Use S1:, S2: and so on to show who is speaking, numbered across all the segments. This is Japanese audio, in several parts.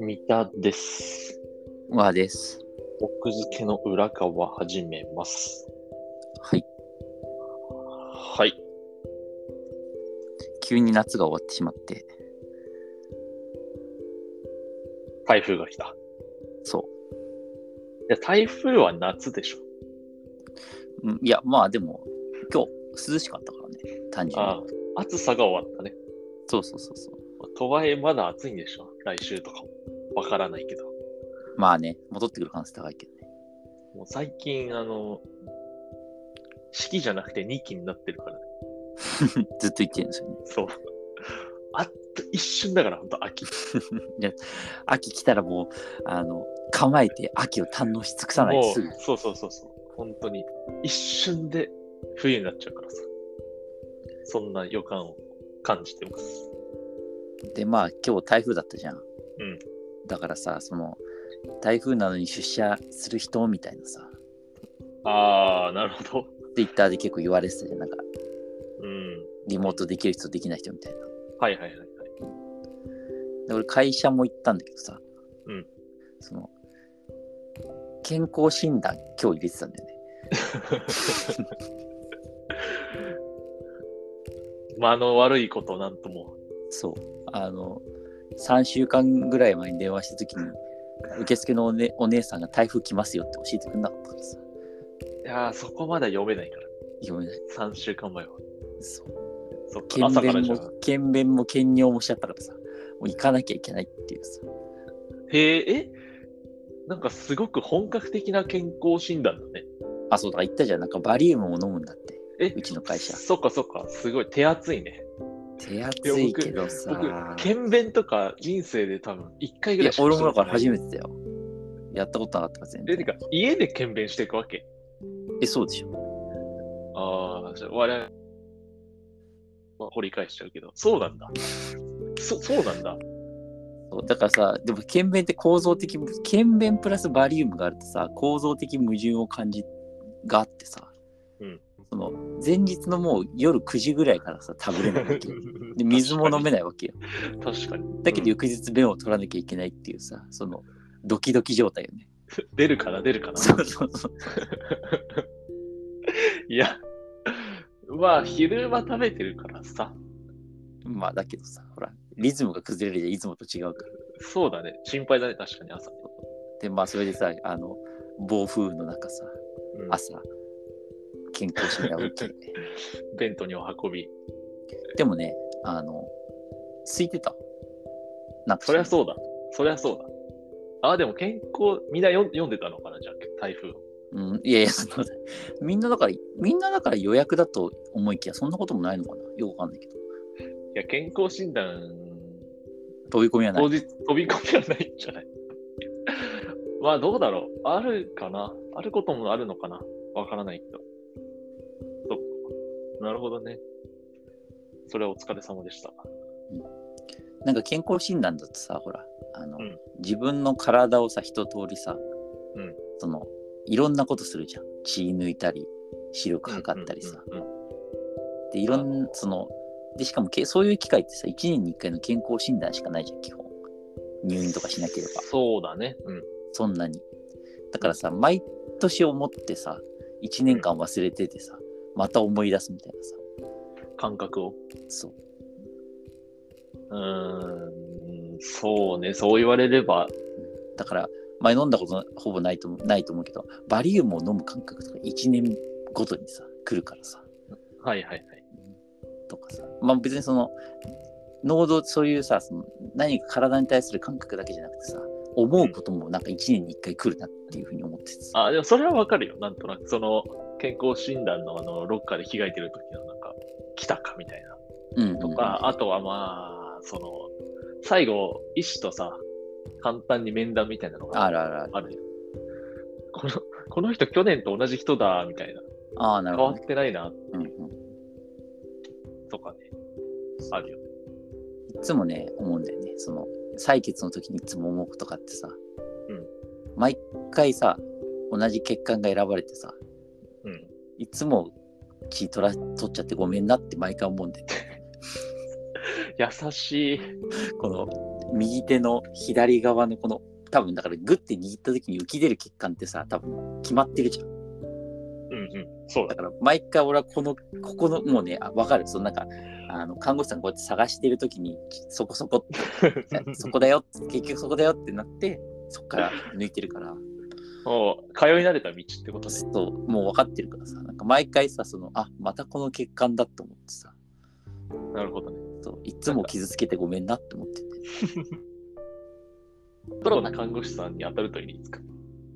S1: 三田です。
S2: わです。
S1: 奥付けの裏側始めます。
S2: はい。
S1: はい。
S2: 急に夏が終わってしまって、
S1: 台風が来た。い
S2: そ
S1: や、台風は夏でしょ。
S2: う。うんいや、まあでも、今日涼しかったからね、単純
S1: あ
S2: に。
S1: あ、暑さが終わったね。
S2: そうそうそうそう。
S1: とはいえ、まだ暑いんでしょ。来週とかも。わからないけど。
S2: まあね、戻ってくる可能性高いけどね。
S1: もう最近、あの、四季じゃなくて二季になってるからね。
S2: ずっと言ってるんですよね。
S1: そう。 あっと一瞬だから、ほんと秋。
S2: 秋来たらもう、あの、構えて秋を堪能し尽くさない
S1: も
S2: と
S1: う
S2: すぐ。
S1: そうそうそうそう。本当に。一瞬で冬になっちゃうからさ。そんな予感を感じてます。
S2: で、まあ今日台風だったじゃん。
S1: ん
S2: だからさ、その、台風なのに出社する人みたいなさ、
S1: ああ、なるほど。
S2: Twitter で結構言われてたじゃん。なんか、
S1: うん。
S2: リモートできる人、できない人みたいな。
S1: はいはいはいはい。
S2: で俺会社も行ったんだけどさ、
S1: うん
S2: その健康診断今日入れてたんだよね
S1: 間の悪いことなんとも。
S2: そうあの3週間ぐらい前に電話した時に受付のお,、ね、お姉さんが台風来ますよって教えてくれなかったからさ
S1: いやー、そこまでは読めないから。
S2: 読めない
S1: 3週間前は。
S2: そう
S1: そっか、
S2: 検
S1: 朝から
S2: 便
S1: じゃん。
S2: も検便も検尿もしちゃったからさもう行かなきゃいけないっていうさ
S1: へえ、えなんかすごく本格的な健康診断だね。
S2: あそうだから言ったじゃんなんかバリウムを飲むんだって
S1: え
S2: うちの会社
S1: そっかそっか、すごい手厚いね。
S2: 手厚いけどさ
S1: 僕、検便とか人生で多分1回ぐら
S2: いや
S1: いしか
S2: 俺もだから
S1: したことない
S2: 初めてだよやったことなかったから全
S1: え、
S2: 然
S1: てか、家で検便していくわけ。
S2: えそうでしょ
S1: ああ、じゃあ我々、まあ、掘り返しちゃうけど、そうなんだ。そそうなんだ。
S2: そうだからさでも検便って構造的検便プラスバリウムがあるとさ構造的矛盾を感じがあってさ、
S1: うん
S2: その前日のもう夜9時ぐらいからさ食べれないわけよで水も飲めないわけよ
S1: 確かに。確かに。
S2: だけど
S1: うん
S2: 翌日便を取らなきゃいけないっていうさそのドキドキ状態よね
S1: 出るかな、出るかな。
S2: そうそうそう
S1: いや、まあ、昼間食べてるからさ、
S2: まあだけどさほらリズムが崩れるじゃんいつもと違うから
S1: そうだね。心配だね、確かに朝ね。
S2: でまあそれでさあの暴風雨の中さ
S1: うん、
S2: 朝健康診断を受けて
S1: ベントにお運び。
S2: でもね、あの、空いてた。なんか
S1: そりゃそうだ。そりゃそうだ。ああ、でも健康、みんな読ん読んでたのかな、じゃあ、台風を。
S2: う。うん、いやいや、そんなことないみんなだから、みんなだから予約だと思いきや、そんなこともないのかなよくわかんないけど。
S1: いや、健康診断、
S2: 飛び込みはな
S1: 当
S2: い。
S1: 日飛び込みはないんじゃない まあ、どうだろう。あるかな。あることもあるのかな。わからないけど。そっか。なるほどね。それはお疲れ様でした。
S2: なんか健康診断だとさ、ほら、あの、
S1: うん
S2: 自分の体をさ、一通りさ、
S1: うん
S2: その、いろんなことするじゃん。血抜いたり、視力測ったりさ。
S1: うんうんうんうん
S2: で、いろんな、その、で、しかもけ、そういう機会ってさ、1年に1回の健康診断しかないじゃん、基本。入院とかしなければ。
S1: そうだね。うん。
S2: そんなに。だからさ、毎年思ってさ、1年間忘れててさ、また思い出すみたいなさ、
S1: 感覚を。
S2: そう。
S1: うーん。そうね。そう言われれば、
S2: だから、前飲んだことほぼないと思うないと思うけど、バリウムを飲む感覚とか1年ごとにさ、来るからさ、
S1: はいはいはい。
S2: とかさ、まあ別にその、濃度、そういうさ、その何か体に対する感覚だけじゃなくてさ、思うこともなんか1年に1回来るなっていうふうに思っててさ、
S1: あ、でもそれはわかるよ。なんとなく、その、健康診断のあの、ロッカーで着替えてる時のなんか、来たかみたいな。
S2: うん、
S1: とか、あとはまあ、その、最後、医師とさ、簡単に面談みたいなの
S2: うん、
S1: が
S2: あるあるある。
S1: あるよ。この、この人去年と同じ人だ、みたいな。
S2: ああ、なる
S1: 変
S2: ほ
S1: わ
S2: ど、
S1: っ
S2: ね。
S1: てないな、
S2: うんうん
S1: とかね。あるよ。
S2: いつもね、思うんだよね。その、採血の時にいつも思うことがあってさ、
S1: うん
S2: 毎回さ、同じ血管が選ばれてさ、
S1: うん。
S2: いつも気取ら取っちゃってごめんなって毎回思うんで、
S1: 優しい。
S2: この右手の左側のこの、多分だからグッて握った時に浮き出る血管ってさ、多分決まってるじゃん。
S1: うんうん。そう
S2: だ
S1: だ。
S2: から毎回俺はこの、ここの、もうね、あわかる。そのなんか、あの、看護師さんがこうやって探してる時に、そこそ こって、 そこだよって、結局そこだよってなって、そこから抜いてるから。
S1: もう、通い慣れた道ってことね。
S2: そう、もう分かってるからさ、なんか毎回さ、その、あ、またこの血管だと思ってさ、
S1: なるほどね。
S2: そういつも傷つけてごめんなって思ってて。
S1: プロな看護師さんに当たるといいですか。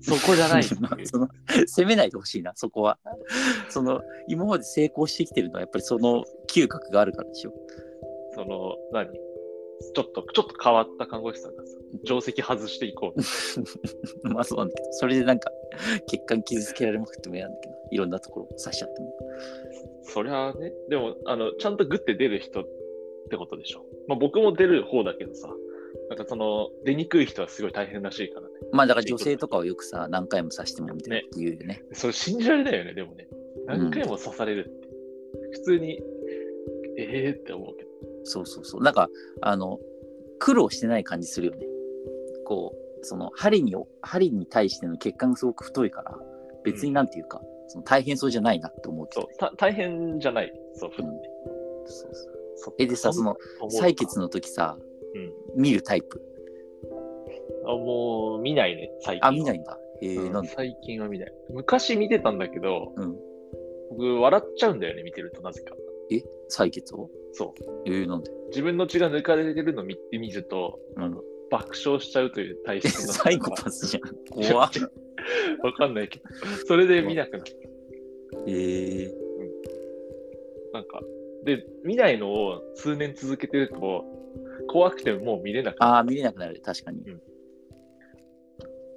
S1: そこじゃない
S2: その、責めないでほしいな、そこは。その、今まで成功してきてるのは、やっぱりその嗅覚があるからでしょ。
S1: その、何ちょっと、ちょっと変わった看護師さんがさ、定石外していこう。
S2: まあそうなんだけど、それでなんか、血管傷つけられまくっても嫌なんだけど、いろんなところ刺しちゃっても。
S1: そりゃあね、でも、あの、ちゃんとグッて出る人ってことでしょ。まあ僕も出る方だけどさ、なんかその、出にくい人はすごい大変らしいからね。
S2: まあだから女性とかはよくさ、何回も刺してもみたいなこと言うよね。
S1: それ信じられないよね、でもね。何回も刺されるって。普通に、ええー、って思うけど。
S2: そうそうそう。なんか、あの、苦労してない感じするよね。こう、その、針に、針に対しての血管がすごく太いから、別になんていうか、その大変そうじゃないなって思うけ
S1: そう
S2: ど。、
S1: た大変じゃない。そう、普
S2: うん
S1: 段ね。
S2: そうそう
S1: そ
S2: え、でさ、その、、
S1: 思うか
S2: 採血の時さ、
S1: うん
S2: 見るタイプ。
S1: あもう見ないね、最近は。
S2: あ、見ないんだ。へえ、
S1: うん
S2: なんで
S1: 最近は見ない。昔見てたんだけど、
S2: うん
S1: 僕、笑っちゃうんだよね、見てると、なぜか。
S2: え、採血を
S1: そ
S2: えー、なんで
S1: う。自分の血が抜かれてるの見てみると、
S2: うん。
S1: 爆笑しちゃうという体
S2: え、
S1: 質の。
S2: サイコパス じゃん。怖っ。
S1: わかんないけど、それで見なくなった。
S2: ええ
S1: なんか、で、見ないのを数年続けてると、怖くてもう見れなくな
S2: ああ、見れなくなる。確かに。
S1: っ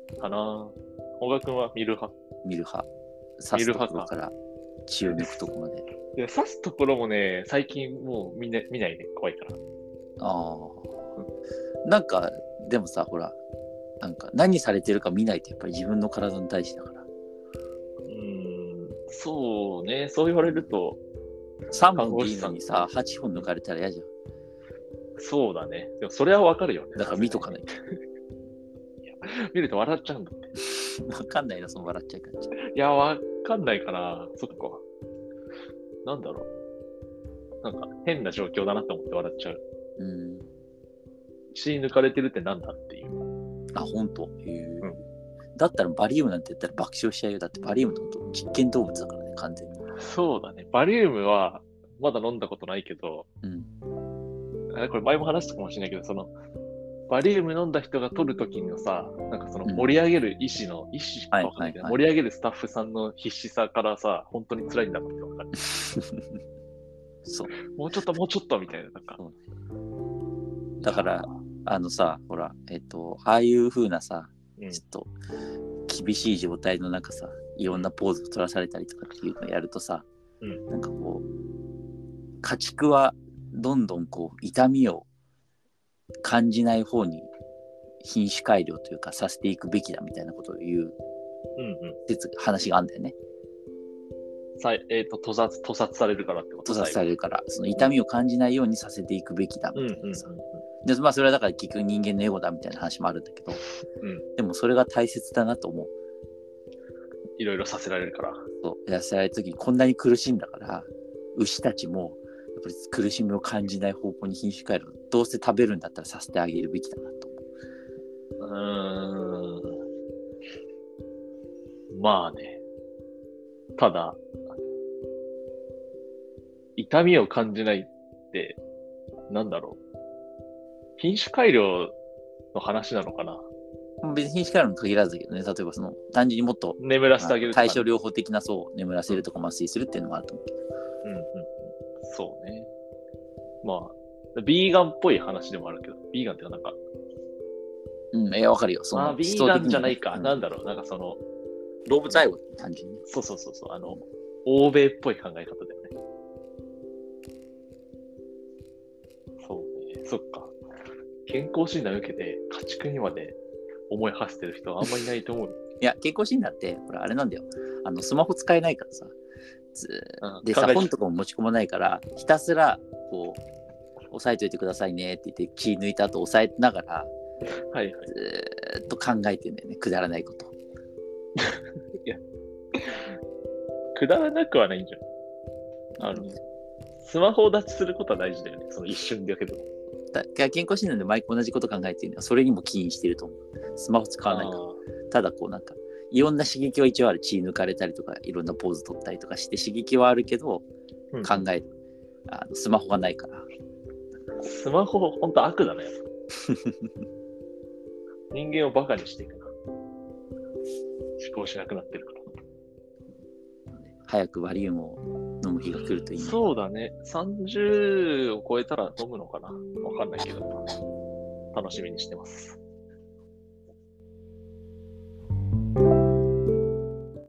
S1: たかな。小川君は見る派。
S2: 見る派。刺す
S1: 見る
S2: と
S1: 派
S2: ころから血を抜くとこまで。
S1: いや、刺すところもね、最近もう見,、ね、見ないね、怖いから。
S2: ああ。なんか、でもさ、ほら、なんか、何されてるか見ないと、やっぱり自分の体に対してだから。
S1: うーん、そうね、そう言われると、
S2: 3本でいいのにさ、8本抜かれたら嫌じゃん。
S1: そうだね。でもそれはわかるよね。
S2: だから見とか ない。
S1: 見ると笑っちゃうんだって。
S2: わかんない な、その笑っちゃう感じ。
S1: いや、わかんないから、そっか。なんだろう。なんか変な状況だなって思って笑っちゃう。
S2: うん。
S1: 血抜かれてるってなんだっていう。
S2: あ、ほんと。へえ
S1: うん
S2: だったらバリウムなんて言ったら爆笑しちゃうよ。だってバリウムってほんと実験動物だからね、完全に。
S1: そうだね。バリウムは、まだ飲んだことないけど、
S2: うん。
S1: あこれ前も話したかもしれないけど、その、バリウム飲んだ人が取るときのさ、なんかその
S2: うん
S1: 盛り上げる医師の、医師かわかんないけど、
S2: はいは
S1: 盛
S2: いはい
S1: り上げるスタッフさんの必死さからさ、本当に辛いんだなって分かる。
S2: そう。
S1: もうちょっと、もうちょっとみたいな、なんか。
S2: だから、あのさ、ほら、えっと、ああいう風なさ、
S1: うん
S2: ちょっと厳しい状態の中さいろんなポーズを取らされたりとかっていうのをやるとさ、
S1: うん
S2: なんかこう家畜はどんどんこう痛みを感じない方に品種改良というかさせていくべきだみたいなことを言う
S1: うんうん。
S2: 説話があるんだよね
S1: さいえっ、と、屠殺、屠殺されるからってこと
S2: 閉ざされるからその痛みを感じないようにさせていくべきだみたいなさ、
S1: うんうん
S2: でまあそれはだから結局人間のエゴだみたいな話もあるんだけど、
S1: ん
S2: でもそれが大切だなと思う
S1: いろいろさせられるから。
S2: そう痩せられた時にこんなに苦しんだから牛たちもやっぱり苦しみを感じない方向に品種改良どうせ食べるんだったらさせてあげるべきだなと思
S1: う
S2: う
S1: ーん。まあね。ただ、痛みを感じないって、なんだろう。品種改良の話なのかな。
S2: まあ別に品種改良に限らずだけどね例えばその単純にもっと
S1: 眠らせてあげるとか
S2: 対処療法的なそう眠らせるとか麻酔するっていうのもあると思うけど
S1: うんうんうん。そうね。まあ、ビーガンっぽい話でもあるけど、ビーガンっていうかなんか、
S2: うんいやわかるよそ
S1: ま
S2: の
S1: あ、ビーガンじゃないか。なん
S2: だ
S1: だろう。なんかその、
S2: 動物愛護単純にね
S1: そうそうそうそう、あの、欧米っぽい考え方だよね。そうね、そっか。健康診断受けて、家畜にまで思い馳せて る人はあんまりいないと思う。
S2: いや健康診断ってほらあれなんだよあのスマホ使えないからさつ
S1: うん
S2: で
S1: 考
S2: さ
S1: え
S2: 本とかも持ち込まないからひたすらこう押さえといてくださいねって言って気抜いた後押さえながら
S1: はいはい。
S2: ずーっと考えてんだよねくだらないこと
S1: くだらなくはないんじゃん。あの、スマホ立ちすることは大事だよね。その一瞬だけど。
S2: だから健康診断で毎回同じこと考えてるのはそれにも起因してると思うスマホ使わないから
S1: あ
S2: ただこうなんかいろんな刺激は一応ある血抜かれたりとかいろんなポーズ取ったりとかして刺激はあるけど
S1: ーうん
S2: 考える、あのスマホがないから
S1: スマホ、ほんと悪だね。 人間をバカにしていくな。思考しなくなってるから。
S2: 早くバリウムを飲む日が来るといいね
S1: そうだね。30を超えたら飲むのかなわかんないけど。楽しみにしてます。